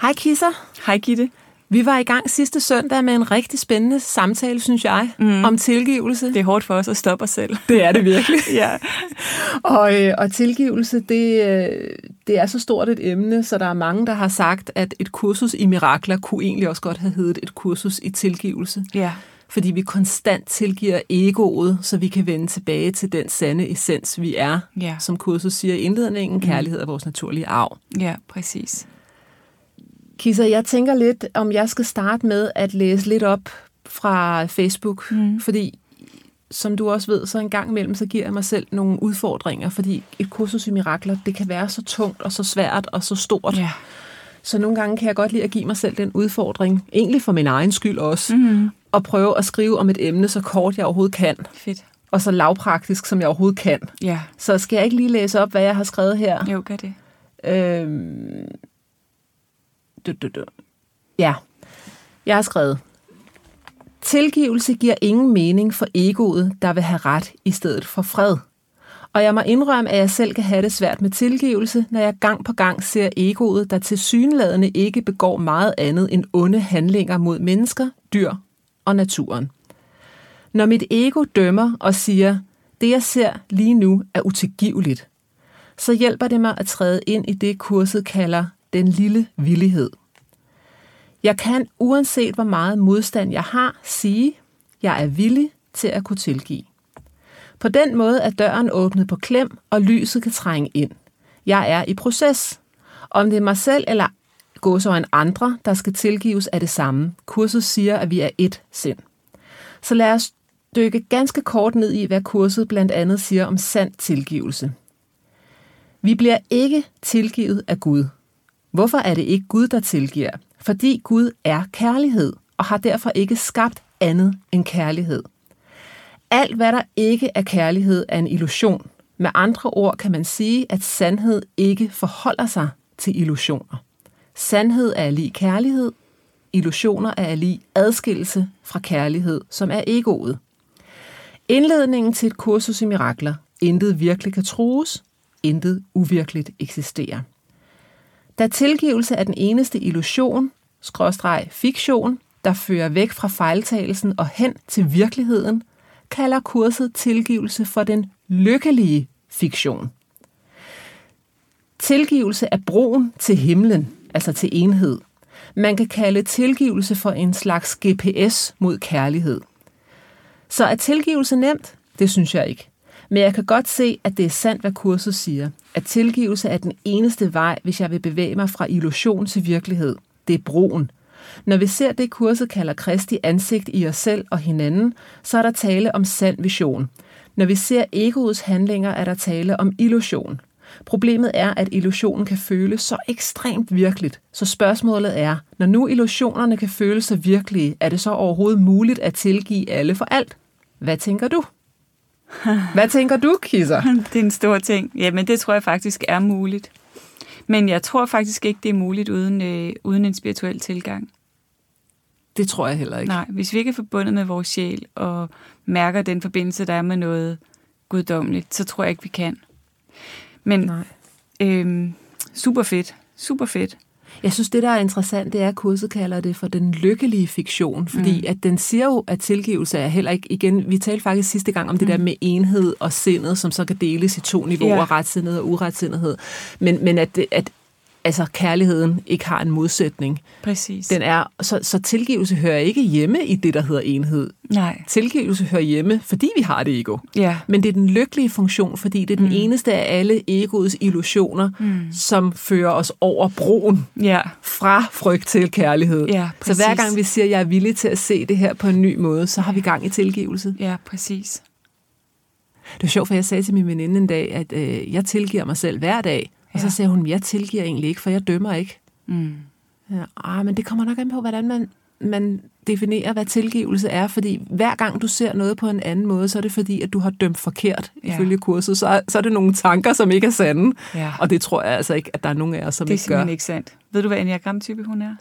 Hej Kisser. Hej Gitte. Vi var i gang sidste søndag med en rigtig spændende samtale, synes jeg, mm. om tilgivelse. Det er hårdt for os at stoppe os selv. det er det virkelig. ja. Og, øh, og tilgivelse, det, øh, det er så stort et emne, så der er mange, der har sagt, at et kursus i mirakler kunne egentlig også godt have heddet et kursus i tilgivelse. Ja. Fordi vi konstant tilgiver egoet, så vi kan vende tilbage til den sande essens, vi er. Ja. Som kurset siger i indledningen, kærlighed er vores naturlige arv. Ja, præcis. Kisser, jeg tænker lidt, om jeg skal starte med at læse lidt op fra Facebook, mm. fordi som du også ved, så en gang imellem, så giver jeg mig selv nogle udfordringer, fordi et kursus i mirakler, det kan være så tungt og så svært og så stort. Ja. Så nogle gange kan jeg godt lide at give mig selv den udfordring, egentlig for min egen skyld også, mm. Mm-hmm. og prøve at skrive om et emne så kort jeg overhovedet kan, Fedt. og så lavpraktisk som jeg overhovedet kan. Ja. Så skal jeg ikke lige læse op, hvad jeg har skrevet her? Jo, gør det. Øhm, du, du, du. Ja, jeg har skrevet. Tilgivelse giver ingen mening for egoet, der vil have ret i stedet for fred. Og jeg må indrømme, at jeg selv kan have det svært med tilgivelse, når jeg gang på gang ser egoet, der til synladende ikke begår meget andet end onde handlinger mod mennesker, dyr og naturen. Når mit ego dømmer og siger, det jeg ser lige nu er utilgiveligt, så hjælper det mig at træde ind i det, kurset kalder den lille villighed. Jeg kan, uanset hvor meget modstand jeg har, sige, jeg er villig til at kunne tilgive. På den måde er døren åbnet på klem, og lyset kan trænge ind. Jeg er i proces. Om det er mig selv eller gåsøjne andre, der skal tilgives, er det samme. Kurset siger, at vi er ét sind. Så lad os dykke ganske kort ned i, hvad kurset blandt andet siger om sand tilgivelse. Vi bliver ikke tilgivet af Gud. Hvorfor er det ikke Gud, der tilgiver? Fordi Gud er kærlighed og har derfor ikke skabt andet end kærlighed. Alt, hvad der ikke er kærlighed, er en illusion. Med andre ord kan man sige, at sandhed ikke forholder sig til illusioner. Sandhed er lige kærlighed, illusioner er lige adskillelse fra kærlighed, som er egoet. Indledningen til et kursus i mirakler. Intet virkelig kan trues, intet uvirkeligt eksisterer. Da tilgivelse er den eneste illusion, skråstreg fiktion, der fører væk fra fejltagelsen og hen til virkeligheden, kalder kurset tilgivelse for den lykkelige fiktion. Tilgivelse er broen til himlen, altså til enhed. Man kan kalde tilgivelse for en slags GPS mod kærlighed. Så er tilgivelse nemt? Det synes jeg ikke. Men jeg kan godt se, at det er sandt, hvad kurset siger. At tilgivelse er den eneste vej, hvis jeg vil bevæge mig fra illusion til virkelighed. Det er broen. Når vi ser det, kurset kalder Kristi ansigt i os selv og hinanden, så er der tale om sand vision. Når vi ser egoets handlinger, er der tale om illusion. Problemet er, at illusionen kan føles så ekstremt virkeligt. Så spørgsmålet er, når nu illusionerne kan føles så virkelige, er det så overhovedet muligt at tilgive alle for alt? Hvad tænker du? Hvad tænker du, Kisser? Det er en stor ting. Jamen, det tror jeg faktisk er muligt. Men jeg tror faktisk ikke, det er muligt uden, øh, uden en spirituel tilgang. Det tror jeg heller ikke. Nej, hvis vi ikke er forbundet med vores sjæl og mærker den forbindelse, der er med noget guddommeligt, så tror jeg ikke, vi kan. Men Nej. øhm, super fedt. Super fedt. Jeg synes, det der er interessant, det er, at kurset kalder det for den lykkelige fiktion, fordi mm. at den siger jo, at tilgivelse er heller ikke, igen, vi talte faktisk sidste gang om det der med enhed og sindet, som så kan deles i to niveauer, Ja. yeah. retsindighed og uretsindighed, men, men at, det- at altså kærligheden ikke har en modsætning. Præcis. Den er, så, så tilgivelse hører ikke hjemme i det, der hedder enhed. Nej. Tilgivelse hører hjemme, fordi vi har det ego. Ja. Men det er den lykkelige funktion, fordi det er den mm. eneste af alle egoets illusioner, mm. som fører os over broen Ja. fra frygt til kærlighed. Ja, så præcis. hver gang vi siger, at jeg er villig til at se det her på en ny måde, så har vi gang i tilgivelse. Ja, præcis. Det var sjovt, for jeg sagde til min veninde en dag, at øh, jeg tilgiver mig selv hver dag. Og så Ja. sagde hun, jeg tilgiver egentlig ikke, for jeg dømmer ikke. Mm. Ja, ah, men det kommer nok an på, hvordan man, man definerer, hvad tilgivelse er, fordi hver gang du ser noget på en anden måde, så er det fordi, at du har dømt forkert Ja. ja. ifølge kurset. Så er, så er det nogle tanker, som ikke er sande, Ja. og det tror jeg altså ikke, at der er nogen af os, som Det er ikke gør. simpelthen ikke sandt. Ved du, hvad enneagramtype hun er?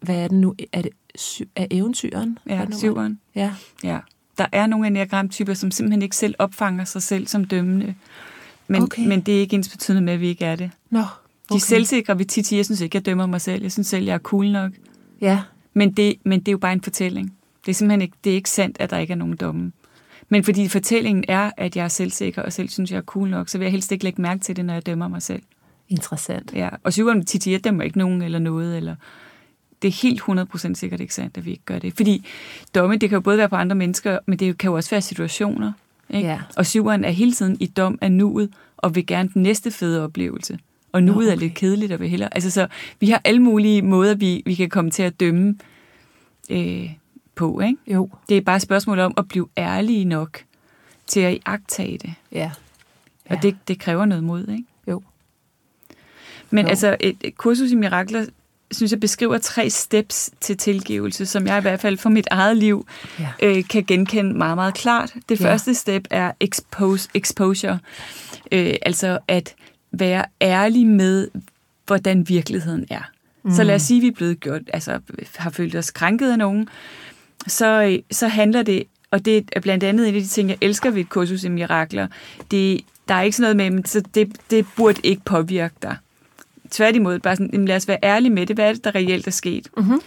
Hvad er den nu? Er det sy- er eventyren? Er Ja, det nogen? syveren. Ja. Ja. Der er nogle enneagramtyper, som simpelthen ikke selv opfanger sig selv som dømmende. Men, Okay. men det er ikke ens betydende med, at vi ikke er det. Nå, De okay. selvsikre vil tit sige, jeg synes ikke, jeg dømmer mig selv. Jeg synes selv, jeg er cool nok. Ja. Men det, men det er jo bare en fortælling. Det er simpelthen ikke, det er ikke sandt, at der ikke er nogen dumme. Men fordi fortællingen er, at jeg er selvsikker, og selv synes, jeg er cool nok, så vil jeg helst ikke lægge mærke til det, når jeg dømmer mig selv. Interessant. Ja. Og syveren vil tit sige, at jeg dømmer ikke nogen eller noget, eller det er helt 100% sikkert ikke sandt, at vi ikke gør det. Fordi domme, det kan jo både være på andre mennesker, men det kan jo også være situationer. Ikke? Ja. Og syveren er hele tiden i dom af nuet, og vil gerne den næste fede oplevelse. Og nuet okay. er okay. lidt kedeligt, og vil hellere... Altså, så vi har alle mulige måder, vi, vi kan komme til at dømme øh, på. Ikke? Jo. Det er bare et spørgsmål om at blive ærlige nok til at iagtage det. Ja. Og Ja. det, det kræver noget mod, ikke? Jo. Men Jo. altså, et et kursus i mirakler, synes jeg, beskriver tre steps til tilgivelse, som jeg i hvert fald for mit eget liv Ja. øh, kan genkende meget, meget klart. Det Ja. første step er expose, exposure, øh, altså at være ærlig med, hvordan virkeligheden er. Mm. Så lad os sige, at vi er blevet gjort, altså har følt os krænket af nogen, så, øh, så handler det, og det er blandt andet en af de ting, jeg elsker ved et kursus i mirakler, det, der er ikke sådan noget med, men så det, det burde ikke påvirke dig. Tværtimod, bare sådan, jamen, lad os være ærlige med det. Hvad er det, der reelt er sket? Mm-hmm.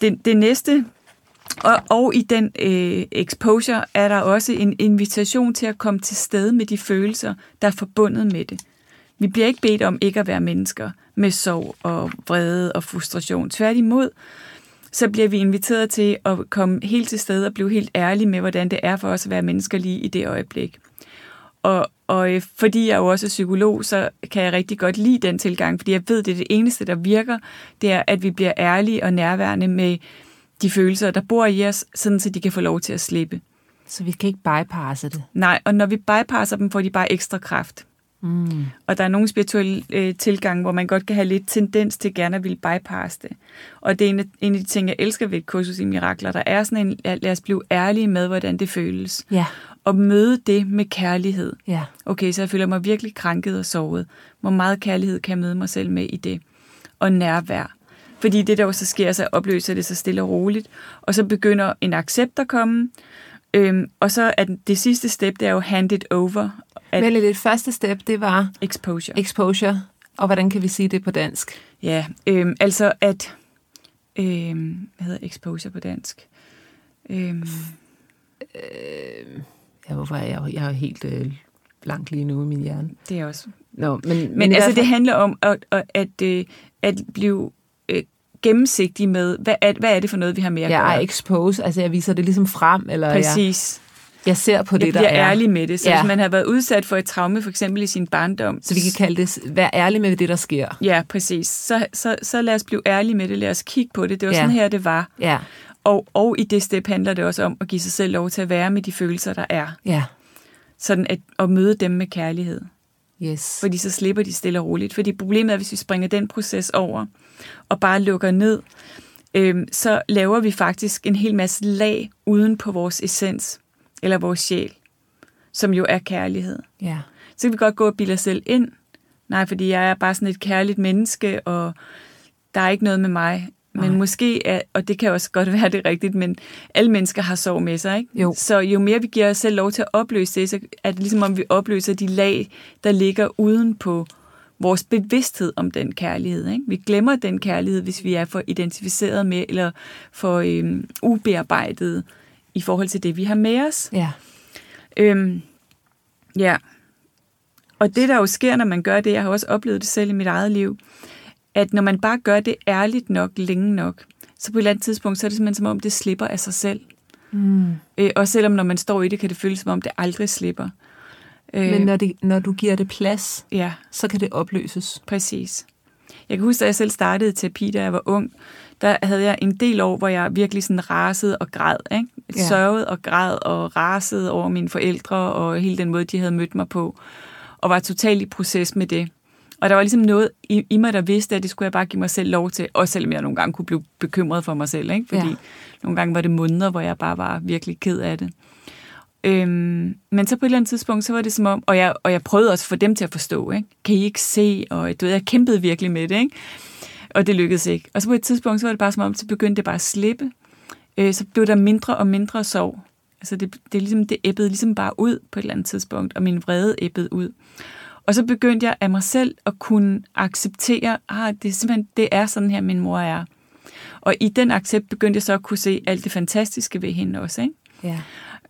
Det, det næste, og, og i den øh, exposure, er der også en invitation til at komme til stede med de følelser, der er forbundet med det. Vi bliver ikke bedt om ikke at være mennesker med sorg og vrede og frustration. Tværtimod, så bliver vi inviteret til at komme helt til stede og blive helt ærlige med, hvordan det er for os at være mennesker lige i det øjeblik. Og, og øh, fordi jeg jo også er psykolog, så kan jeg rigtig godt lide den tilgang, fordi jeg ved, det er det eneste, der virker, det er, at vi bliver ærlige og nærværende med de følelser, der bor i os, sådan så de kan få lov til at slippe. Så vi kan ikke bypasse det. Nej, og når vi bypasser dem, får de bare ekstra kraft. Mm. Og der er nogle spirituelle øh, tilgange, hvor man godt kan have lidt tendens til gerne at ville bypasse det. Og det er en af, en af de ting, jeg elsker ved et kursus i mirakler. Der er sådan en, ja, lad os blive ærlige med, hvordan det føles. Ja. Og møde det med kærlighed. Ja. Okay, så jeg føler mig virkelig krænket og såret. Hvor meget kærlighed kan jeg møde mig selv med i det? Og nærvær. Fordi det, der jo så sker, så opløser det sig stille og roligt. Og så begynder en accept at komme. Øhm, og så er den- det sidste step, det er jo hand it over. At Vælge lidt første step, det var exposure. exposure. Og hvordan kan vi sige det på dansk? Ja, øhm, altså at... Øhm, hvad hedder exposure på dansk? Øhm, Ja, hvorfor er jeg, jo- jeg er jo helt øh, blank lige nu i min hjerne. det er også... Nå, men, men, Men i altså, hvert fald- det handler om at, at, at, øh, at blive øh, gennemsigtig med, hvad er, hvad er det for noget, vi har med at jeg er gøre? expose, altså jeg viser det ligesom frem, eller jeg, Præcis. jeg ser på Jeg det, der bliver er. ærlig med det. Så ja. Ja. hvis man har været udsat for et traume, for eksempel i sin barndom, Så vi kan kalde det, s- vær ærlig med det, der sker. Ja, præcis. Så, så, så lad os blive ærlige med det. Lad os kigge på det. Det var ja. Ja. sådan her, det var. Ja, Og, og i det step handler det også om at give sig selv lov til at være med de følelser, der er. ja, Sådan at, at møde dem med kærlighed. yes. Fordi så slipper de stille og roligt. Fordi problemet er, hvis vi springer den proces over og bare lukker ned, øhm, så laver vi faktisk en hel masse lag uden på vores essens eller vores sjæl, som jo er kærlighed. Ja, så kan vi godt gå og bilde os selv ind. Nej, fordi jeg er bare sådan et kærligt menneske, og der er ikke noget med mig. Men Nej. måske, er, og det kan også godt være det er rigtigt, men alle mennesker har sorg med sig, ikke? Jo. Så jo mere vi giver os selv lov til at opløse det, så er det ligesom om vi opløser de lag, der ligger uden på vores bevidsthed om den kærlighed. Ikke? Vi glemmer den kærlighed, hvis vi er for identificeret med, eller for øhm, ubearbejdet i forhold til det, vi har med os. ja. Øhm, ja. Øhm, Og det, der jo sker, når man gør det, jeg har også oplevet det selv i mit eget liv, at når man bare gør det ærligt nok, længe nok, så på et eller andet tidspunkt, så er det simpelthen som om, det slipper af sig selv. Mm. Øh, og selvom når man står i det, kan det føles som om, det aldrig slipper. Øh, Men når, det, når du giver det plads, ja, så kan det opløses. præcis. Jeg kan huske, da jeg selv startede i terapi, da jeg var ung, der havde jeg en del år, hvor jeg virkelig sådan rasede og græd. Ikke? Ja. Ja. Sørgede og græd og rasede over mine forældre og hele den måde, de havde mødt mig på. Og var totalt i proces med det. Og der var ligesom noget i, i mig, der vidste, at det skulle jeg bare give mig selv lov til. Også selvom jeg nogle gange kunne blive bekymret for mig selv. Ikke? Fordi Ja. ja. nogle gange var det måneder, hvor jeg bare var virkelig ked af det. Øhm, men så på et eller andet tidspunkt, så var det som om, og jeg, og jeg prøvede også at få dem til at forstå, ikke? kan I ikke se, og du ved, jeg kæmpede virkelig med det, ikke? og det lykkedes ikke. Og så på et tidspunkt, så var det bare som om, så begyndte det bare at slippe, øh, så blev der mindre og mindre sorg. Altså det, det, er ligesom, det æbbede ligesom bare ud på et eller andet tidspunkt, og min vrede æbbede ud. Og så begyndte jeg af mig selv at kunne acceptere, ah, det er simpelthen, det er sådan her, min mor er. Og i den accept begyndte jeg så at kunne se alt det fantastiske ved hende også, ikke? Ja.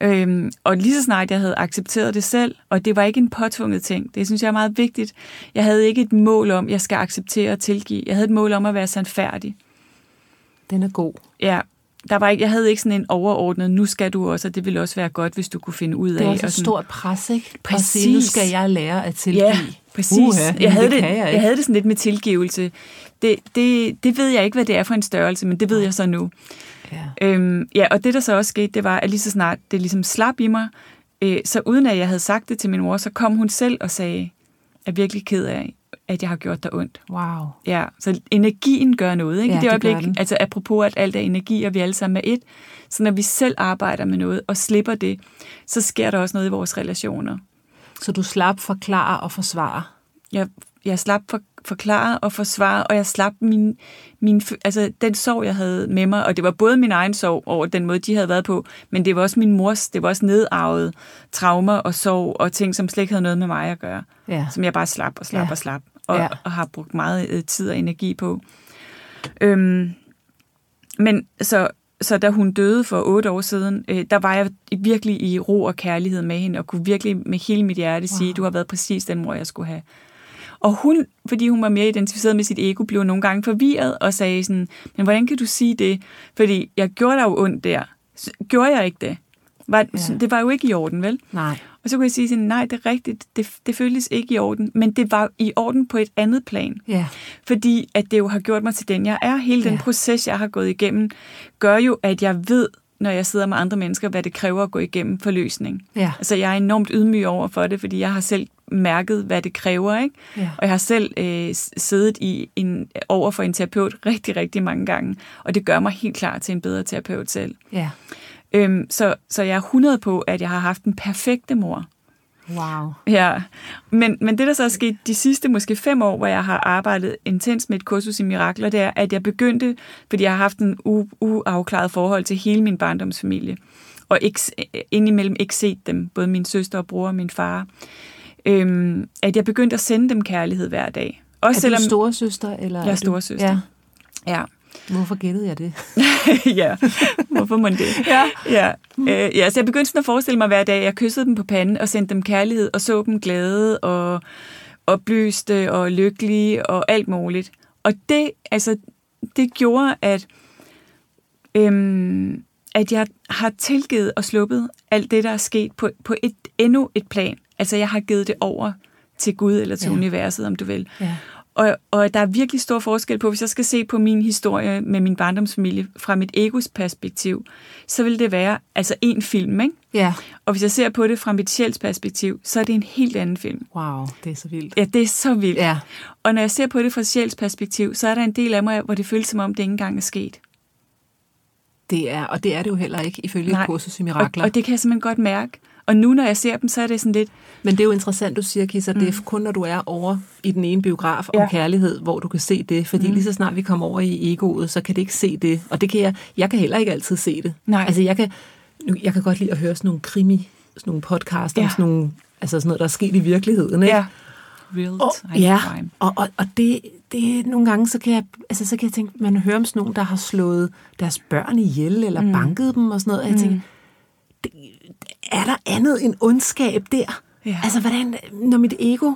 Øhm, og lige så snart jeg havde accepteret det selv, og det var ikke en påtvunget ting, det synes jeg er meget vigtigt. Jeg havde ikke et mål om, jeg skal acceptere og tilgive. Jeg havde et mål om at være sandfærdig. Den er god. Ja, der var ikke, jeg havde ikke sådan en overordnet, nu skal du også, og det ville også være godt, hvis du kunne finde ud af. Det er også og et sådan. stort pres, ikke? At Præcis. sige, nu skal jeg lære at tilgive. Ja, præcis. Uha, jeg, havde det, det, kan jeg jeg, ikke. havde det sådan lidt med tilgivelse. Det, det, det ved jeg ikke, hvad det er for en størrelse, men det ved jeg så nu. Ja. Øhm, ja, og det der så også skete, det var, at lige så snart det ligesom slap i mig, øh, så uden at jeg havde sagt det til min mor, så kom hun selv og sagde, jeg er virkelig ked af, at jeg har gjort dig ondt. Wow. Ja, så energien gør noget, ikke? Ja, I det det gør øjeblik, den. altså apropos, at alt er energi, og vi alle sammen er et, så når vi selv arbejder med noget og slipper det, så sker der også noget i vores relationer. Så du slap forklare og forsvare. Jeg, jeg slap for, forklare og forsvare, og jeg slap min, min, fø- altså den sorg, jeg havde med mig, og det var både min egen sorg over den måde, de havde været på, men det var også min mors, det var også nedarvede traumer og sorg og ting, som slet ikke havde noget med mig at gøre, Ja. som jeg bare slap og slap Ja. og slap, og, Ja. og har brugt meget øh, tid og energi på. Øhm, men så, så da hun døde for otte år siden, øh, der var jeg virkelig i ro og kærlighed med hende, og kunne virkelig med hele mit hjerte wow. sige, du har været præcis den mor, jeg skulle have. Og hun, fordi hun var mere identificeret med sit ego, blev nogle gange forvirret og sagde sådan, men hvordan kan du sige det? Fordi jeg gjorde dig jo ondt der. S- Gjorde jeg ikke det? Var, Ja. ja. Det var jo ikke i orden, vel? Nej. Og så kunne jeg sige sådan, nej, det er rigtigt, det, det føltes ikke i orden, men det var i orden på et andet plan Ja. fordi at det jo har gjort mig til den, jeg er. Hele den Ja. ja. proces, jeg har gået igennem, gør jo, at jeg ved, når jeg sidder med andre mennesker, hvad det kræver at gå igennem for løsning. Ja. Altså, jeg er enormt ydmyg over for det, fordi jeg har selv mærket, hvad det kræver, ikke? Ja. Og jeg har selv øh, s- siddet i en, over for en terapeut rigtig, rigtig mange gange, og det gør mig helt klar til en bedre terapeut selv. Ja. Øhm, så, så jeg er 100 på, at jeg har haft den perfekte mor. Wow. Ja, men, men det, der så er sket de sidste måske fem år, hvor jeg har arbejdet intens med et kursus i mirakler, det er, at jeg begyndte, fordi jeg har haft en u- uafklaret forhold til hele min barndomsfamilie, og ikke, indimellem ikke set dem, både min søster og bror og min far, øhm, at jeg begyndte at sende dem kærlighed hver dag. Også Er selvom, du storesøster? Eller Jeg er du- storesøster. Ja. Ja, Hvorfor gættede jeg det? ja. hvorfor må det? Ja. Ja. Øh, ja, så jeg begyndte sådan at forestille mig hver dag, jeg kyssede dem på panden og sendte dem kærlighed og så dem glade og oplyste og lykkelige og alt muligt. Og det, altså, det gjorde, at, øhm, at jeg har tilgivet og sluppet alt det, der er sket på, på et, endnu et plan. Altså, jeg har givet det over til Gud eller til Ja. ja. universet, om du vil. Ja. Og, og der er virkelig stor forskel på, hvis jeg skal se på min historie med min barndomsfamilie fra mit egos perspektiv, så vil det være altså en film, ikke? Ja. Og hvis jeg ser på det fra mit sjæls perspektiv, så er det en helt anden film. Wow, det er så vildt. Ja, det er så vildt. Ja. Og når jeg ser på det fra sjæls perspektiv, så er der en del af mig, hvor det føles som om, det ikke engang er sket. Det er, og det er det jo heller ikke ifølge Nej. kursus i mirakler. Og, og det kan jeg simpelthen godt mærke. Og nu, når jeg ser dem, så er det sådan lidt, Men det er jo interessant, du siger, Kisser, mm. det er kun når du er over i den ene biograf om Ja. kærlighed, hvor du kan se det. Fordi mm. lige så snart vi kommer over i egoet, så kan det ikke se det. Og det kan jeg, jeg kan heller ikke altid se det. Nej. Altså jeg kan, nu- jeg kan godt lide at høre sådan nogle krimi, sådan nogle podcast ja. om Ja. sådan nogle, altså sådan noget, der er sket i virkeligheden. Ikke? real Og, time ja, crime. og, og, og det, det nogle gange, så kan, jeg, altså, så kan jeg tænke, man hører om sådan nogen, der har slået deres børn ihjel, eller Mm. mm. banket dem og sådan noget, og jeg tænker, det, er der andet end ondskab der? Ja. Altså, hvordan, når mit ego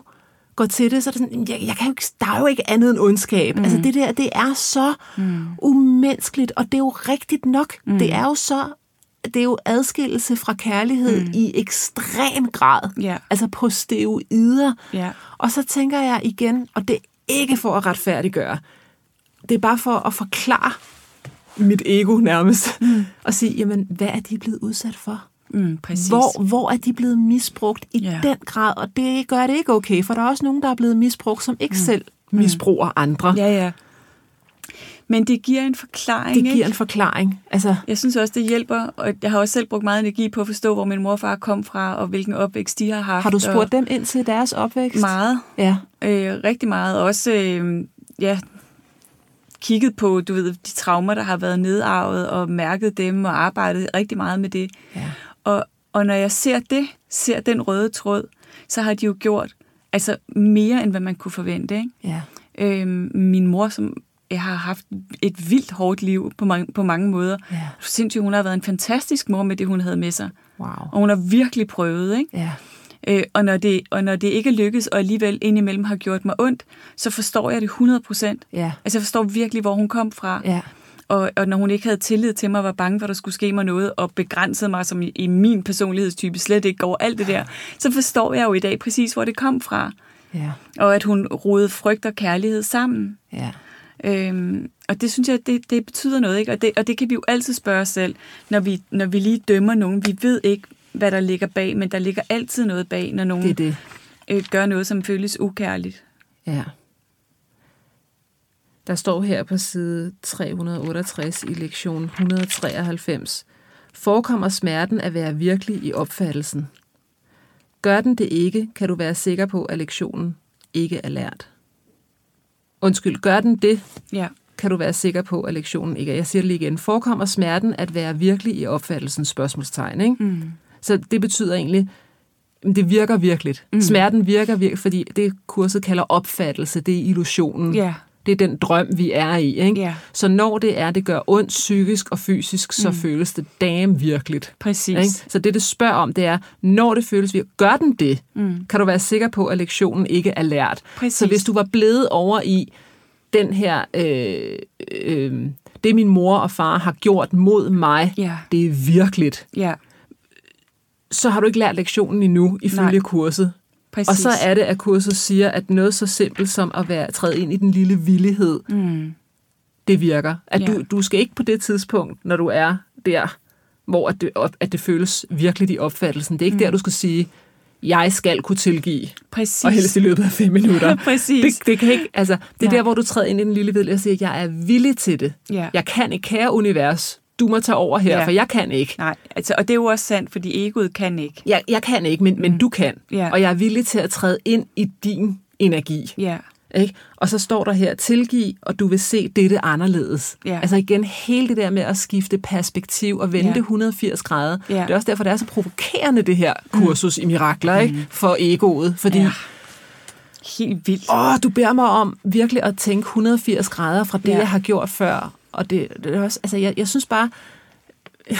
går til det, så er det sådan, jeg, jeg kan jo ikke, der er jo ikke andet end ondskab. Mm. Altså, det der, det er så mm. umenneskeligt, og det er jo rigtigt nok. Mm. Det er jo så det er jo adskillelse fra kærlighed mm. i ekstrem grad. Ja. Altså på steroider. Ja. Og så tænker jeg igen, og det er ikke for at retfærdiggøre, det er bare for at forklare mit ego nærmest, mm. og sige, jamen, hvad er de blevet udsat for? Mm, præcis. Hvor, hvor er de blevet misbrugt i Ja. yeah. den grad? Og det gør det ikke okay, for der er også nogen, der er blevet misbrugt, som ikke mm. selv misbruger andre. Ja, ja. Men det giver en forklaring, Det ikke? giver en forklaring. Altså, Jeg synes også, det hjælper, og jeg har også selv brugt meget energi på at forstå, hvor min morfar kom fra, og hvilken opvækst de har haft. har du spurgt og dem ind til deres opvækst? Meget. Ja. Øh, rigtig meget. Også øh, ja, kigget på, du ved, de traumer, der har været nedarvet, og mærket dem, og arbejdet rigtig meget med det. ja. Og, og når jeg ser det, ser den røde tråd, så har de jo gjort altså mere, end hvad man kunne forvente. Ikke? Ja. Øhm, min mor, som jeg har haft et vildt hårdt liv på mange, på mange måder. Ja. Sindssygt, hun har været en fantastisk mor med det, hun havde med sig. Wow. Og hun har virkelig prøvet, ikke? Ja. Øh, og, når det, og når det ikke er lykkes, og alligevel indimellem har gjort mig ondt, så forstår jeg det 100 procent. Ja. Altså, jeg forstår virkelig, hvor hun kom fra. Ja. Og, og når hun ikke havde tillid til mig, var bange for, at der skulle ske mig noget, og begrænsede mig, som i, i min personlighedstype slet ikke går alt det der, så forstår jeg jo i dag præcis, hvor det kom fra. Ja. Og at hun rodede frygt og kærlighed sammen. Ja. Øhm, og det synes jeg, det, det betyder noget, ikke? Og det, og det kan vi jo altid spørge os selv, når vi, når vi lige dømmer nogen. Vi ved ikke, hvad der ligger bag, men der ligger altid noget bag, når nogen Det er det. Øh, gør noget, som føles ukærligt. Ja. Der står her på side 368 i lektion 193. Forekommer smerten at være virkelig i opfattelsen? Gør den det ikke, kan du være sikker på, at lektionen ikke er lært. Undskyld, gør den det, Ja. kan du være sikker på, at lektionen ikke er. Jeg siger det lige igen. Forekommer smerten at være virkelig i opfattelsen? Spørgsmålstegn, ikke? Mm. Så det betyder egentlig, at det virker virkeligt. Mm. Smerten virker virkelig, fordi det kurset kalder opfattelse, det er illusionen. Ja. Det er den drøm, vi er i. Ikke? Ja. Så når det er, det gør ondt psykisk og fysisk, så mm. føles det damn virkeligt. Præcis. Ikke? Så det, det spørger om, det er, når det føles virkeligt, gør den det? Mm. Kan du være sikker på, at lektionen ikke er lært? Præcis. Så hvis du var blevet over i den her, øh, øh, det min mor og far har gjort mod mig, Ja. det er virkeligt Ja, så har du ikke lært lektionen endnu, ifølge Nej. Nej. kurset. præcis. Og så er det, at kurset siger, at noget så simpelt som at være træde ind i den lille villighed, Mm. det virker. At Ja. du, du skal ikke på det tidspunkt, når du er der, hvor at det, op- at det føles virkelig i opfattelsen. Det er ikke mm. der, du skal sige, jeg skal kunne tilgive, Præcis. og helst i løbet af fem minutter. Præcis. Det, det, kan ikke, altså, det er Nej. der, hvor du træder ind i den lille villighed og siger, jeg er villig til det. Ja. Jeg kan ikke, kære univers, du må tage over her, Ja. for jeg kan ikke. Nej, altså, og det er jo også sandt, fordi egoet kan ikke. jeg, jeg kan ikke, men, men du kan. Mm. Ja. Og jeg er villig til at træde ind i din energi. Ja, Ikke? Og så står der her, tilgiv, og du vil se dette anderledes. Ja. Altså igen, hele det der med at skifte perspektiv og vende Ja. det 180 grader. Ja. Det er også derfor, det er så provokerende, det her kursus mm. i mirakler, ikke? for egoet. Fordi, Ja. helt vildt. åh, du beder mig om virkelig at tænke 180 grader fra det, Ja. ja. jeg har gjort før. Og det, det er også, altså, jeg, jeg synes bare,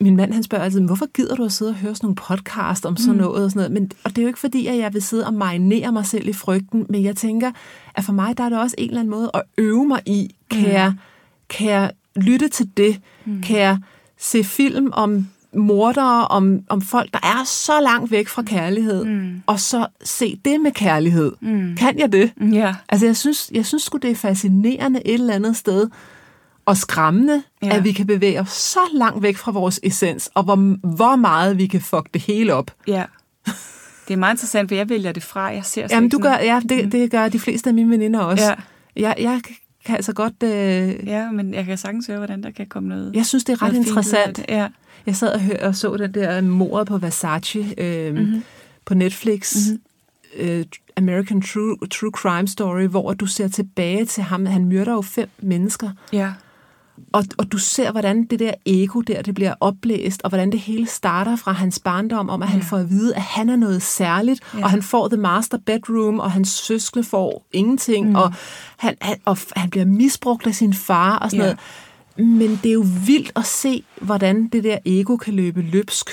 min mand han spørger altid, hvorfor gider du at sidde og høre sådan nogle podcast om sådan noget og sådan noget? Men, og det er jo ikke fordi, at jeg vil sidde og marinere mig selv i frygten, men jeg tænker, at for mig der er det også en eller anden måde at øve mig i. Kan, jeg, kan jeg lytte til det? Kan jeg se film om mordere, om, om folk, der er så langt væk fra kærlighed, og så se det med kærlighed? Mm. Kan jeg det? Ja, Altså, jeg synes, jeg synes sgu, det er fascinerende et eller andet sted, og skræmmende, Ja. ja. at vi kan bevæge os så langt væk fra vores essens, og hvor, hvor meget vi kan fuck det hele op. ja. Det er meget interessant, for jeg vælger det fra. Jeg ser slet Jamen, ikke du gør, sådan- ja, det, det gør de fleste af mine veninder også. Ja. Jeg, jeg kan altså godt... Øh, Ja, men jeg kan sagtens høre, hvordan der kan komme noget. jeg synes, det er ret noget fint ud af interessant. det. Ja. Jeg sad og, hør, og så den der mordet på Versace øh, Mhm. mm-hmm. på Netflix. Mm-hmm. Øh, American True, True Crime Story, hvor du ser tilbage til ham. Han myrder jo fem mennesker. ja. Og, og du ser, hvordan det der ego der, det bliver oplæst, og hvordan det hele starter fra hans barndom, om at han får at vide, at han er noget særligt, Ja. og han får the master bedroom, og hans søskende får ingenting, mm. og, han, han, og f- han bliver misbrugt af sin far og sådan Ja. ja. noget. Men det er jo vildt at se, hvordan det der ego kan løbe løbsk.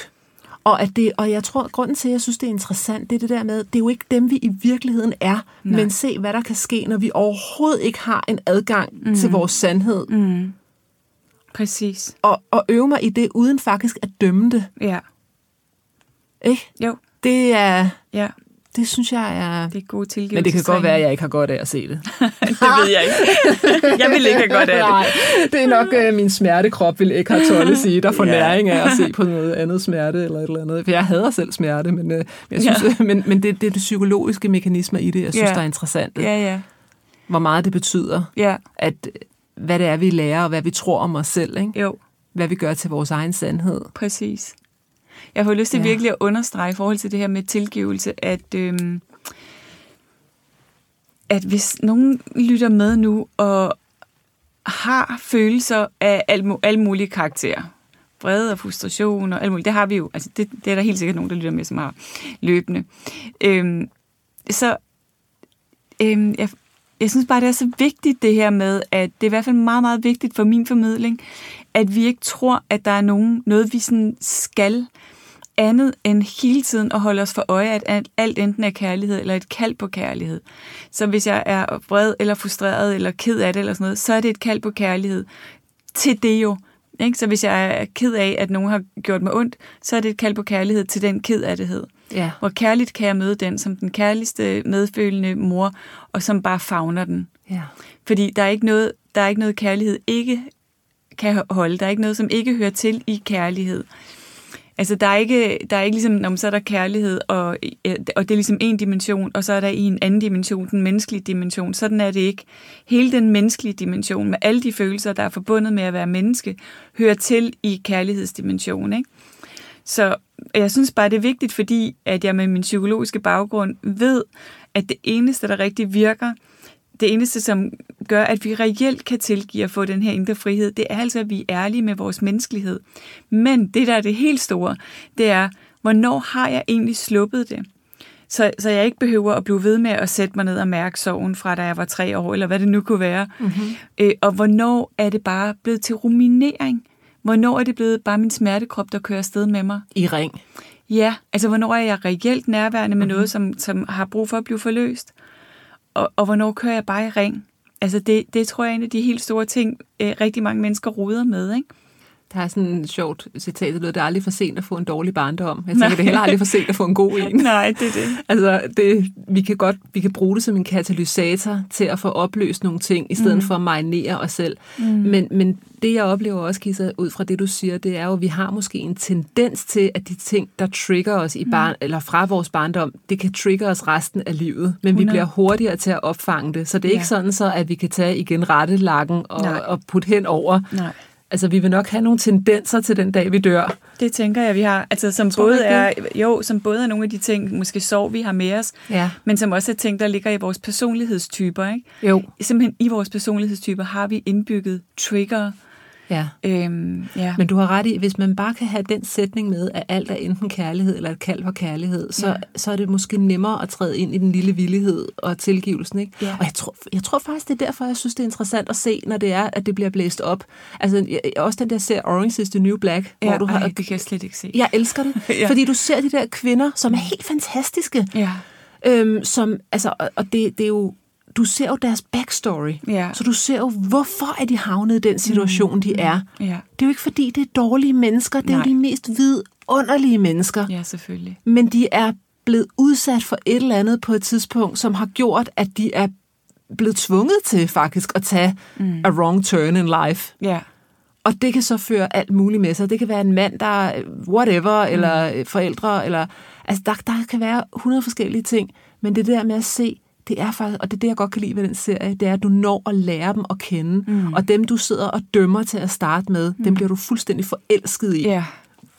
Og, at det, og jeg tror, at grunden til, at jeg synes, det er interessant, det er det der med, det er jo ikke dem, vi i virkeligheden er, Nej. men se, hvad der kan ske, når vi overhovedet ikke har en adgang mm. til vores sandhed. Mm. Præcis. Og, og øve mig i det, uden faktisk at dømme det. Ja. Ikke? Jo. Det, er, Ja. det synes jeg er... Det er gode tilgivelser. Men det kan godt være, at jeg ikke har godt af at se det. Det ved jeg ikke. jeg vil ikke have godt af det. Nej, det er nok øh, min smertekrop, vil ikke have Tolle sige, der får Ja. næring af at se på noget andet smerte eller et eller andet. For jeg hader selv smerte, men, øh, men jeg synes, Ja. ja. men, men det, det er det psykologiske mekanismer i det, jeg synes, Ja. ja. der er interessant. Ja, ja. Hvor meget det betyder, Ja, at øh, hvad det er, vi lærer, og hvad vi tror om os selv. Ikke? jo. Hvad vi gør til vores egen sandhed. Præcis. Jeg får lyst til ja. Ja. virkelig at understrege i forhold til det her med tilgivelse, at, øhm, at hvis nogen lytter med nu og har følelser af alle, alle mulige karakterer, vrede og frustration og alt muligt, det har vi jo, altså det, det er der helt sikkert nogen, der lytter med, som har løbende. Øhm, så øhm, jeg, jeg synes bare, det er så vigtigt det her med, at det er i hvert fald meget, meget vigtigt for min formidling, at vi ikke tror, at der er nogen, noget, vi sådan skal andet end hele tiden at holde os for øje, at alt- alt enten er kærlighed eller et kald på kærlighed. Så hvis jeg er vred eller frustreret eller ked af det eller sådan noget, så er det et kald på kærlighed til det jo. Ikke? Så hvis jeg er ked af, at nogen har gjort mig ondt, så er det et kald på kærlighed til den ked af det Ja. hvor kærligt kan jeg møde den som den kærligste, medfølende mor, og som bare favner den. ja. Fordi der er ikke noget, der er ikke noget kærlighed ikke kan holde. Der er ikke noget, som ikke hører til i kærlighed. Altså, der er ikke, der er ikke ligesom, om så er der kærlighed, og, øh, og det er ligesom en dimension, og så er der i en anden dimension, den menneskelige dimension. Sådan er det ikke. Hele den menneskelige dimension, med alle de følelser, der er forbundet med at være menneske, hører til i kærlighedsdimensionen, ikke? Så jeg synes bare, det er vigtigt, fordi at jeg med min psykologiske baggrund ved, at det eneste, der rigtig virker, det eneste, som gør, at vi reelt kan tilgive at få den her indre frihed, det er altså, at vi er ærlige med vores menneskelighed. Men det, der er det helt store, det er, hvornår har jeg egentlig sluppet det? Så, så jeg ikke behøver at blive ved med at sætte mig ned og mærke sorgen fra, da jeg var tre år, eller hvad det nu kunne være. Mm-hmm. Øh, og hvornår er det bare blevet til ruminering? Hvornår er det blevet bare min smertekrop, der kører afsted med mig? I ring. Ja, altså hvornår er jeg reelt nærværende med mm-hmm. noget, som, som har brug for at blive forløst? Og, og hvornår kører jeg bare i ring? Altså det, det tror jeg er en af de helt store ting, øh, rigtig mange mennesker ruder med, ikke? Der er sådan et sjovt citat, der lyder, det er aldrig for sent at få en dårlig barndom. Jeg tænker, det er heller aldrig for sent at få en god en. Nej, det er det. Altså, det, vi kan godt vi kan bruge det som en katalysator til at få opløst nogle ting, i Mhm. stedet mm. for at marinere os selv. Mm. Men, men det, jeg oplever også, Kisa, ud fra det, du siger, det er jo, at vi har måske en tendens til, at de ting, der trigger os Mhm. i barn, mm. eller fra vores barndom, det kan trigge os resten af livet. Men 100. vi 100. bliver hurtigere til at opfange det. Så det er Ja. ikke sådan så, at vi kan tage igen rette lakken Nej. og, og putte hen over. Nej. Altså, vi vil nok have nogle tendenser til den dag, vi dør. Det tænker jeg, vi har. Altså som du både ikke er, jo, som både er nogle af de ting, måske sorg, vi har med os, Ja. men som også er ting, der ligger i vores personlighedstyper, ikke? Jo. Simpelthen i vores personlighedstyper har vi indbygget trigger. Ja. Øhm, ja. Men du har ret i, hvis man bare kan have den sætning med, at alt er enten kærlighed eller et kald for kærlighed, så, Ja. ja. så er det måske nemmere at træde ind i den lille villighed og tilgivelsen. Ikke? Ja. Og jeg tror, jeg tror faktisk, det er derfor, jeg synes, det er interessant at se, når det er, at det bliver blæst op. Altså, jeg, også den der serie Orange is the New Black, ja, hvor du har... ej, det kan jeg slet ikke se. Jeg elsker det, Ja. ja. fordi du ser de der kvinder, som er helt fantastiske, Ja. øhm, som, altså, og- og det, det er jo, du ser jo deres backstory, Ja. så du ser jo, hvorfor er de havnet i den situation, mm. de er. Ja, Det er jo ikke fordi, det er dårlige mennesker. Det er Nej. jo de mest vidunderlige mennesker. Ja. ja selvfølgelig. Men de er blevet udsat for et eller andet på et tidspunkt, som har gjort, at de er blevet tvunget til faktisk at tage mm. a wrong turn in life. Ja, Og det kan så føre alt muligt med sig. Det kan være en mand, der er whatever, mm. eller øh, forældre, eller... Altså, der, der kan være 100 forskellige ting. Men det der med at se, det er faktisk... Og det er det, jeg godt kan lide ved den serie, det er, at du når at lære dem at kende. Mm. Og dem, du sidder og dømmer til at starte med, mm. dem bliver du fuldstændig forelsket i ja.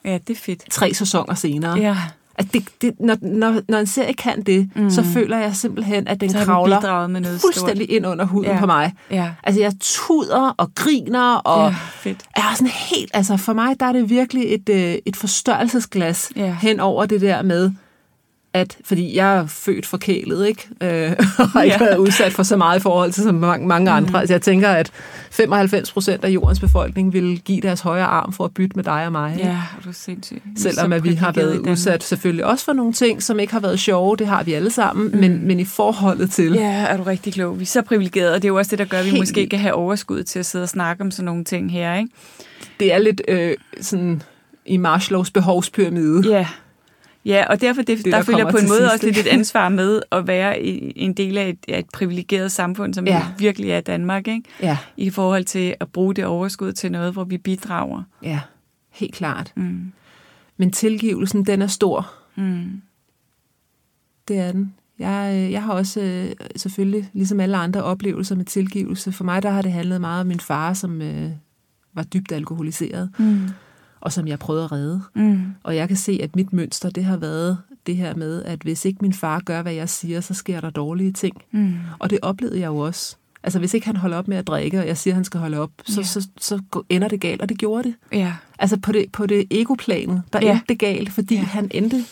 Ja, det er fedt. tre sæsoner senere. Ja. At det, det, når, når, når en serie kan det, mm. så føler jeg simpelthen, at den Så har den kravler bidraget med noget fuldstændig ind under huden Ja. ja. på mig. Ja. Altså, jeg tuder og griner og Ja, fedt. er sådan helt... Altså, for mig der er det virkelig et, øh, et forstørrelsesglas Ja. hen over det der med, at, fordi jeg er født forkælet, ikke? Øh, og har ikke ja. været udsat for så meget i forhold til som mange, mange andre. Mm. Altså, jeg tænker, at 95 procent af jordens befolkning vil give deres højre arm for at bytte med dig og mig. Ja, er du er sindssyg. Selvom at vi har været udsat selvfølgelig også for nogle ting, som ikke har været sjove, det har vi alle sammen, mm. men, men i forholdet til. Ja, er du rigtig klog. Vi er så privilegerede, og det er jo også det, der gør, at vi Helt måske vildt. kan have overskud til at sidde og snakke om sådan nogle ting her, ikke? Det er lidt øh, sådan i Marshalls behovspyramide. Ja. Ja, og derfor det, det, der, der der føler jeg kommer på en til måde sidst, også lidt et ansvar med at være i- en del af et, af et privilegeret samfund, som ja. Ja. virkelig er Danmark, ikke? Ja, i forhold til at bruge det overskud til noget, hvor vi bidrager. ja. Helt klart. Mm. Men tilgivelsen, den er stor. Mm. Det er den. Jeg, øh, jeg har også øh, selvfølgelig, ligesom alle andre, oplevelser med tilgivelse. For mig der har det handlet meget om min far, som øh, var dybt alkoholiseret, Mm. og som jeg prøvede at redde. Mm. Og jeg kan se, at mit mønster, det har været det her med, at hvis ikke min far gør, hvad jeg siger, så sker der dårlige ting. Mm. Og det oplevede jeg jo også. Altså hvis ikke han holder op med at drikke, og jeg siger, at han skal holde op, så, Ja. så, så gå- ender det galt, og det gjorde det. Ja. Altså på det, på det egoplanet, der Ja. ja. endte det galt, fordi Ja. ja. han endte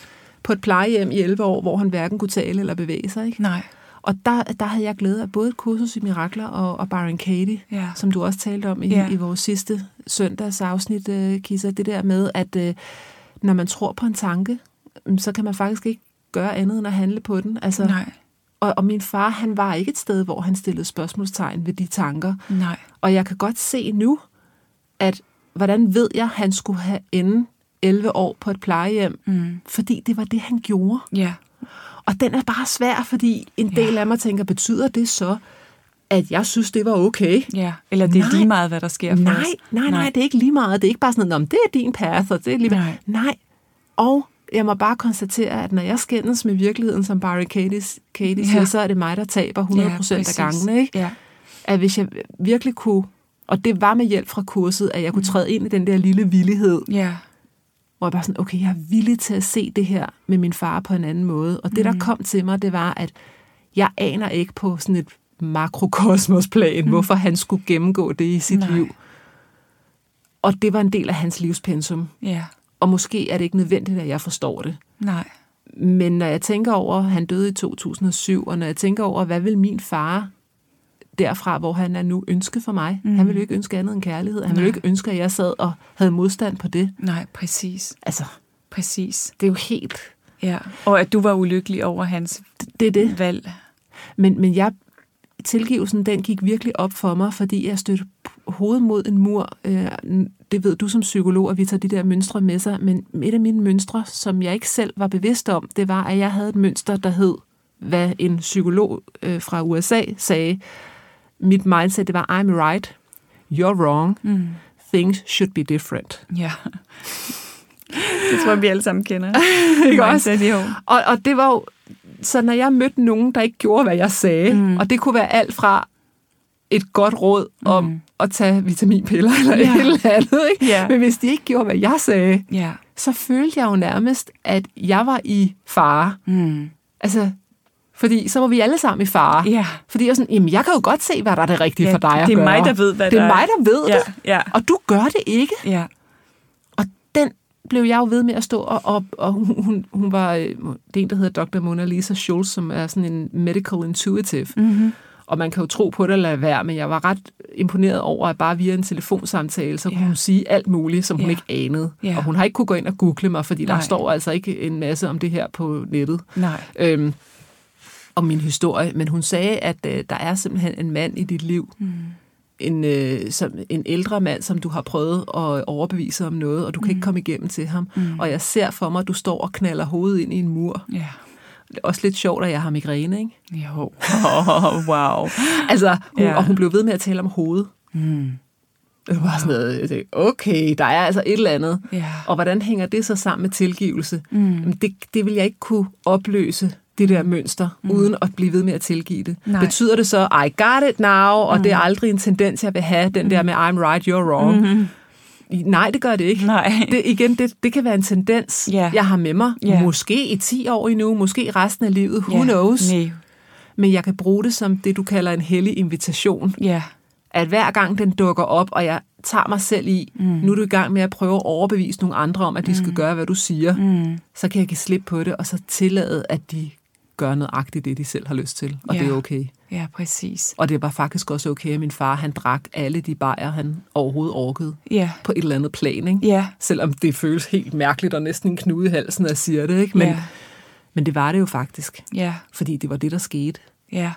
på et plejehjem i 11 år, hvor han hverken kunne tale eller bevæge sig. Ikke? Nej. Og der, der havde jeg glæde af både et kursus i mirakler og, og Byron Katie, Ja. som du også talte om i, Ja. ja. i vores sidste søndags afsnit, øh, Kisa, det der med, at øh, når man tror på en tanke, mm, så kan man faktisk ikke gøre andet end at handle på den. Altså, Nej. og, og min far, han var ikke et sted, hvor han stillede spørgsmålstegn ved de tanker. Nej. Og jeg kan godt se nu, at hvordan ved jeg, han skulle have ende 11 år på et plejehjem, Mm. fordi det var det, han gjorde. Ja. Og den er bare svær, fordi en del af mig tænker, betyder det så, at jeg synes, det var okay? Ja. Eller det er Nej. lige meget, hvad der sker for Nej, os. nej, nej, det er ikke lige meget. Det er ikke bare sådan, om det er din path, og det er lige meget. Nej. nej. Og jeg må bare konstatere, at når jeg skændes med virkeligheden, som Barry Katie, Katie Ja. siger, så er det mig, der taber 100 Ja, procent præcis. af gangene. Ikke? Ja. At hvis jeg virkelig kunne, og det var med hjælp fra kurset, at jeg kunne træde ind i den der lille villighed, Ja. hvor jeg bare sådan, okay, jeg er villig til at se det her med min far på en anden måde. Og det, der kom til mig, det var, at jeg aner ikke på sådan et makrokosmosplan, mm. hvorfor han skulle gennemgå det i sit Nej. Nej. liv. Og det var en del af hans livspensum. Ja. Og måske er det ikke nødvendigt, at jeg forstår det. Nej. Men når jeg tænker over, han døde i 2007, og når jeg tænker over, hvad vil min far derfra, hvor han er nu, ønske for mig? Mm. Han ville jo ikke ønske andet end kærlighed. Han ville jo ikke ønske, at jeg sad og havde modstand på det. Nej, præcis. Altså, Præcis. det er jo helt... Ja. Og at du var ulykkelig over hans Det er det. valg. Men, men jeg, tilgivelsen, den gik virkelig op for mig, fordi jeg stødte p- hovedet mod en mur. Øh, n- Det ved du som psykolog, at vi tager de der mønstre med sig, men et af mine mønstre, som jeg ikke selv var bevidst om, det var, at jeg havde et mønster, der hed, hvad en psykolog øh, fra USA sagde. Mit mindset, det var, I'm right, you're wrong, Mm. things should be different. Ja. Det tror jeg, vi alle sammen kender. Ikke også? Mindset, jo. Og, og det var jo, så når jeg mødte nogen, der ikke gjorde, hvad jeg sagde, Mm. mm. og det kunne være alt fra et godt råd om Mm. mm. at tage vitaminpiller eller Ja. ja. et eller andet, ikke? Ja. men hvis de ikke gjorde, hvad jeg sagde, Ja. så følte jeg jo nærmest, at jeg var i fare. Mm. Altså, fordi så var vi alle sammen i fare. Ja. Fordi jeg var sådan, jamen jeg kan jo godt se, hvad der er det rigtige Ja, for dig at det er gøre. mig, der ved, hvad det er. der er. mig, der ved Ja. det, Ja. og du gør det ikke. Ja. Og den blev jeg jo ved med at stå, og, og, og hun, hun, hun var, øh, det er en, der hedder Dr. Mona Lisa Schultz, som er sådan en medical intuitive. Mm-hmm. Og man kan jo tro på det eller lade være, men jeg var ret imponeret over, at bare via en telefonsamtale, så kunne Ja. hun sige alt muligt, som Ja. hun ikke anede. Ja. Og hun har ikke kunne gå ind og google mig, fordi Nej. der står altså ikke en masse om det her på nettet Nej. øhm, om min historie, men hun sagde, at øh, der er simpelthen en mand i dit liv, mm. en, øh, som, en ældre mand, som du har prøvet at overbevise om noget, og du kan mm. ikke komme igennem til ham. Mm. Og jeg ser for mig, at du står og knaller hovedet ind i en mur. Ja. Det er også lidt sjovt, at jeg har migræne, ikke? Jo. Oh, wow. Altså, hun, Ja. yeah. og hun blev ved med at tale om hovedet. Mm. Det var bare sådan noget, jeg tænkte, okay, der er altså et eller andet. Ja. Og hvordan hænger det så sammen med tilgivelse? Mm. Jamen, Det, det vil jeg ikke kunne opløse, det der mønster, mm. uden at blive ved med at tilgive det. Nej. Betyder det så, I got it now, og mm. det er aldrig en tendens, jeg vil have, den der med, I'm right, you're wrong? Mm-hmm. Nej, det gør det ikke. Nej. Det, igen, det, det kan være en tendens, Ja. jeg har med mig. Ja. Måske i 10 år endnu, måske resten af livet, who knows? Nej. Men jeg kan bruge det som det, du kalder en hellig invitation. Ja. At hver gang den dukker op, og jeg tager mig selv i, mm. nu er du i gang med at prøve at overbevise nogle andre om, at de mm. skal gøre, hvad du siger, mm. så kan jeg give slip på det, og så tillade, at de gør nøjagtigt det, de selv har lyst til, og ja. det er okay. Ja, præcis. Og det var faktisk også okay, at min far han drak alle de bajer, han overhovedet orkede Ja. på et eller andet plan. Ikke? Ja. Selvom det føles helt mærkeligt og næsten en knude i halsen, at jeg siger det. Ikke? Men, Ja. men det var det jo faktisk, Ja, fordi det var det, der skete. ja.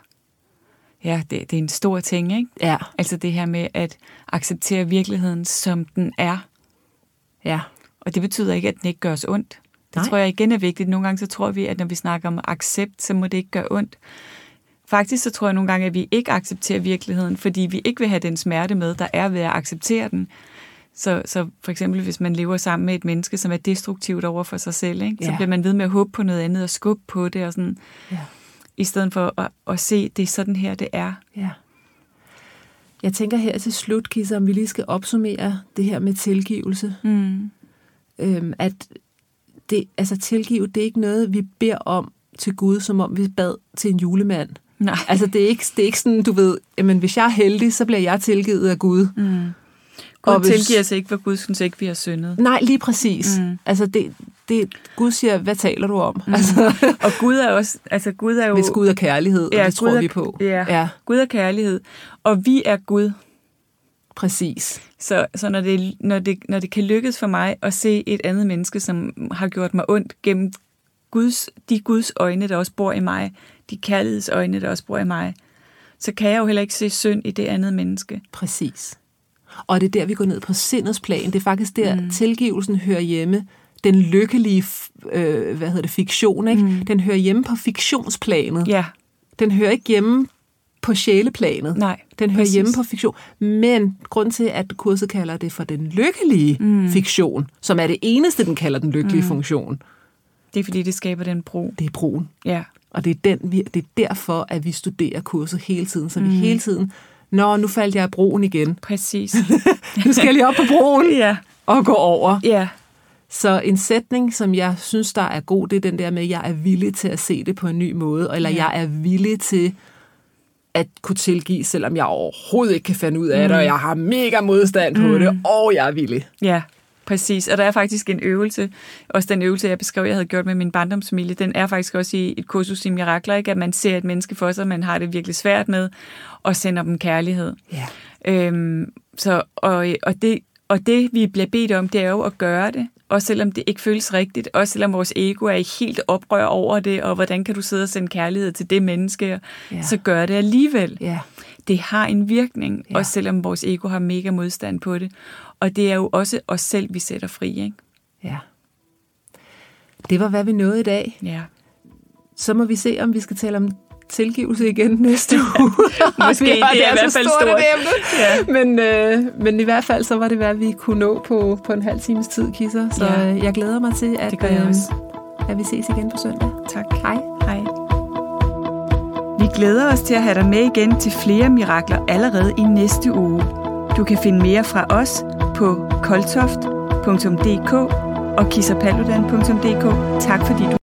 Ja, det, det er en stor ting, ikke? Ja. Altså det her med at acceptere virkeligheden, som den er. ja. Og det betyder ikke, at den ikke gør os ondt. Det Nej. tror jeg igen er vigtigt. Nogle gange så tror vi, at når vi snakker om accept, så må det ikke gøre ondt. Faktisk så tror jeg nogle gange, at vi ikke accepterer virkeligheden, fordi vi ikke vil have den smerte med, der er ved at acceptere den. Så, så for eksempel, hvis man lever sammen med et menneske, som er destruktivt over for sig selv, ikke? så Ja. bliver man ved med at håbe på noget andet og skubbe på det, og sådan, ja. i stedet for at, at se, det er sådan her, det er. Ja. Jeg tænker her til slut, Kisse, om vi lige skal opsummere det her med tilgivelse. Mm. Øhm, at det, altså tilgive, det er ikke noget, vi beder om til Gud, som om vi bad til en julemand. Nej. Altså, det er ikke, det er ikke sådan, du ved, jamen, hvis jeg er heldig, så bliver jeg tilgivet af Gud. Mm. Og Gud hvis- tilgiver os ikke, for Gud synes ikke, vi har syndet. Nej, lige præcis. Mm. Mm. Altså, det, det, Gud siger, hvad taler du om? Mm. Altså, Og Gud er også, altså Gud er jo... hvis Gud er kærlighed, og Ja, det tror Gud er- vi på. ja. ja, Gud er kærlighed, og vi er Gud. præcis. Så, så når, det, når, det, når det kan lykkes for mig at se et andet menneske, som har gjort mig ondt gennem Guds, de Guds øjne, der også bor i mig, de kærlighedsøjne, der også bor i mig, så kan jeg jo heller ikke se synd i det andet menneske. Præcis. Og det er der, vi går ned på sindets plan. Det er faktisk der, mm. tilgivelsen hører hjemme. Den lykkelige, f- øh, hvad hedder det, fiktion, ikke? Mm. Den hører hjemme på fiktionsplanet. Ja, Den hører ikke hjemme på sjæleplanet. nej. Den hører præcis. Præcis. hjemme på fiktion. Men grund til, at kurset kalder det for den lykkelige mm. fiktion, som er det eneste, den kalder den lykkelige mm. funktion, Det er fordi, det skaber den bro. det er broen. Ja, Og det er, den, vi, det er derfor, at vi studerer kurset hele tiden. Så mm. vi hele tiden, nå, nu faldt jeg af broen igen. præcis. Nu skal jeg lige op på broen ja, og gå over. ja, Så en sætning, som jeg synes, der er god, det er den der med, at jeg er villig til at se det på en ny måde, eller Ja. ja. jeg er villig til at kunne tilgive, selvom jeg overhovedet ikke kan finde ud af mm. det, og jeg har mega modstand på mm. det, og jeg er villig. ja. Præcis, og der er faktisk en øvelse, også den øvelse, jeg beskrev, jeg havde gjort med min barndomsfamilie, den er faktisk også i et kursus i mirakler, ikke? at man ser et menneske for sig, man har det virkelig svært med, og sender dem kærlighed. Ja. Øhm, så, og, og, det, og det, vi bliver bedt om, det er jo at gøre det, også selvom det ikke føles rigtigt, også selvom vores ego er i helt oprør over det, og hvordan kan du sidde og sende kærlighed til det menneske, ja. Ja. så gør det alligevel. Ja. Det har en virkning, ja. Ja. også selvom vores ego har mega modstand på det. Og det er jo også os selv, vi sætter fri, ikke? ja. Det var, hvad vi nåede i dag. Ja. Så må vi se, om vi skal tale om tilgivelse igen næste uge. Måske, Vi har- det er i så hvert fald et stort. emne. Men, øh, men i hvert fald, så var det, hvad vi kunne nå på, på en halv times tid, Kisser. Så Ja. ja. jeg glæder mig til, at, Det gør jeg øh, også. at vi ses igen på søndag. øhm, Tak. Hej. Hej. Vi glæder os til at have dig med igen til flere mirakler allerede i næste uge. Du kan finde mere fra os på koltoft.dk og kissapaludan.dk. Tak fordi du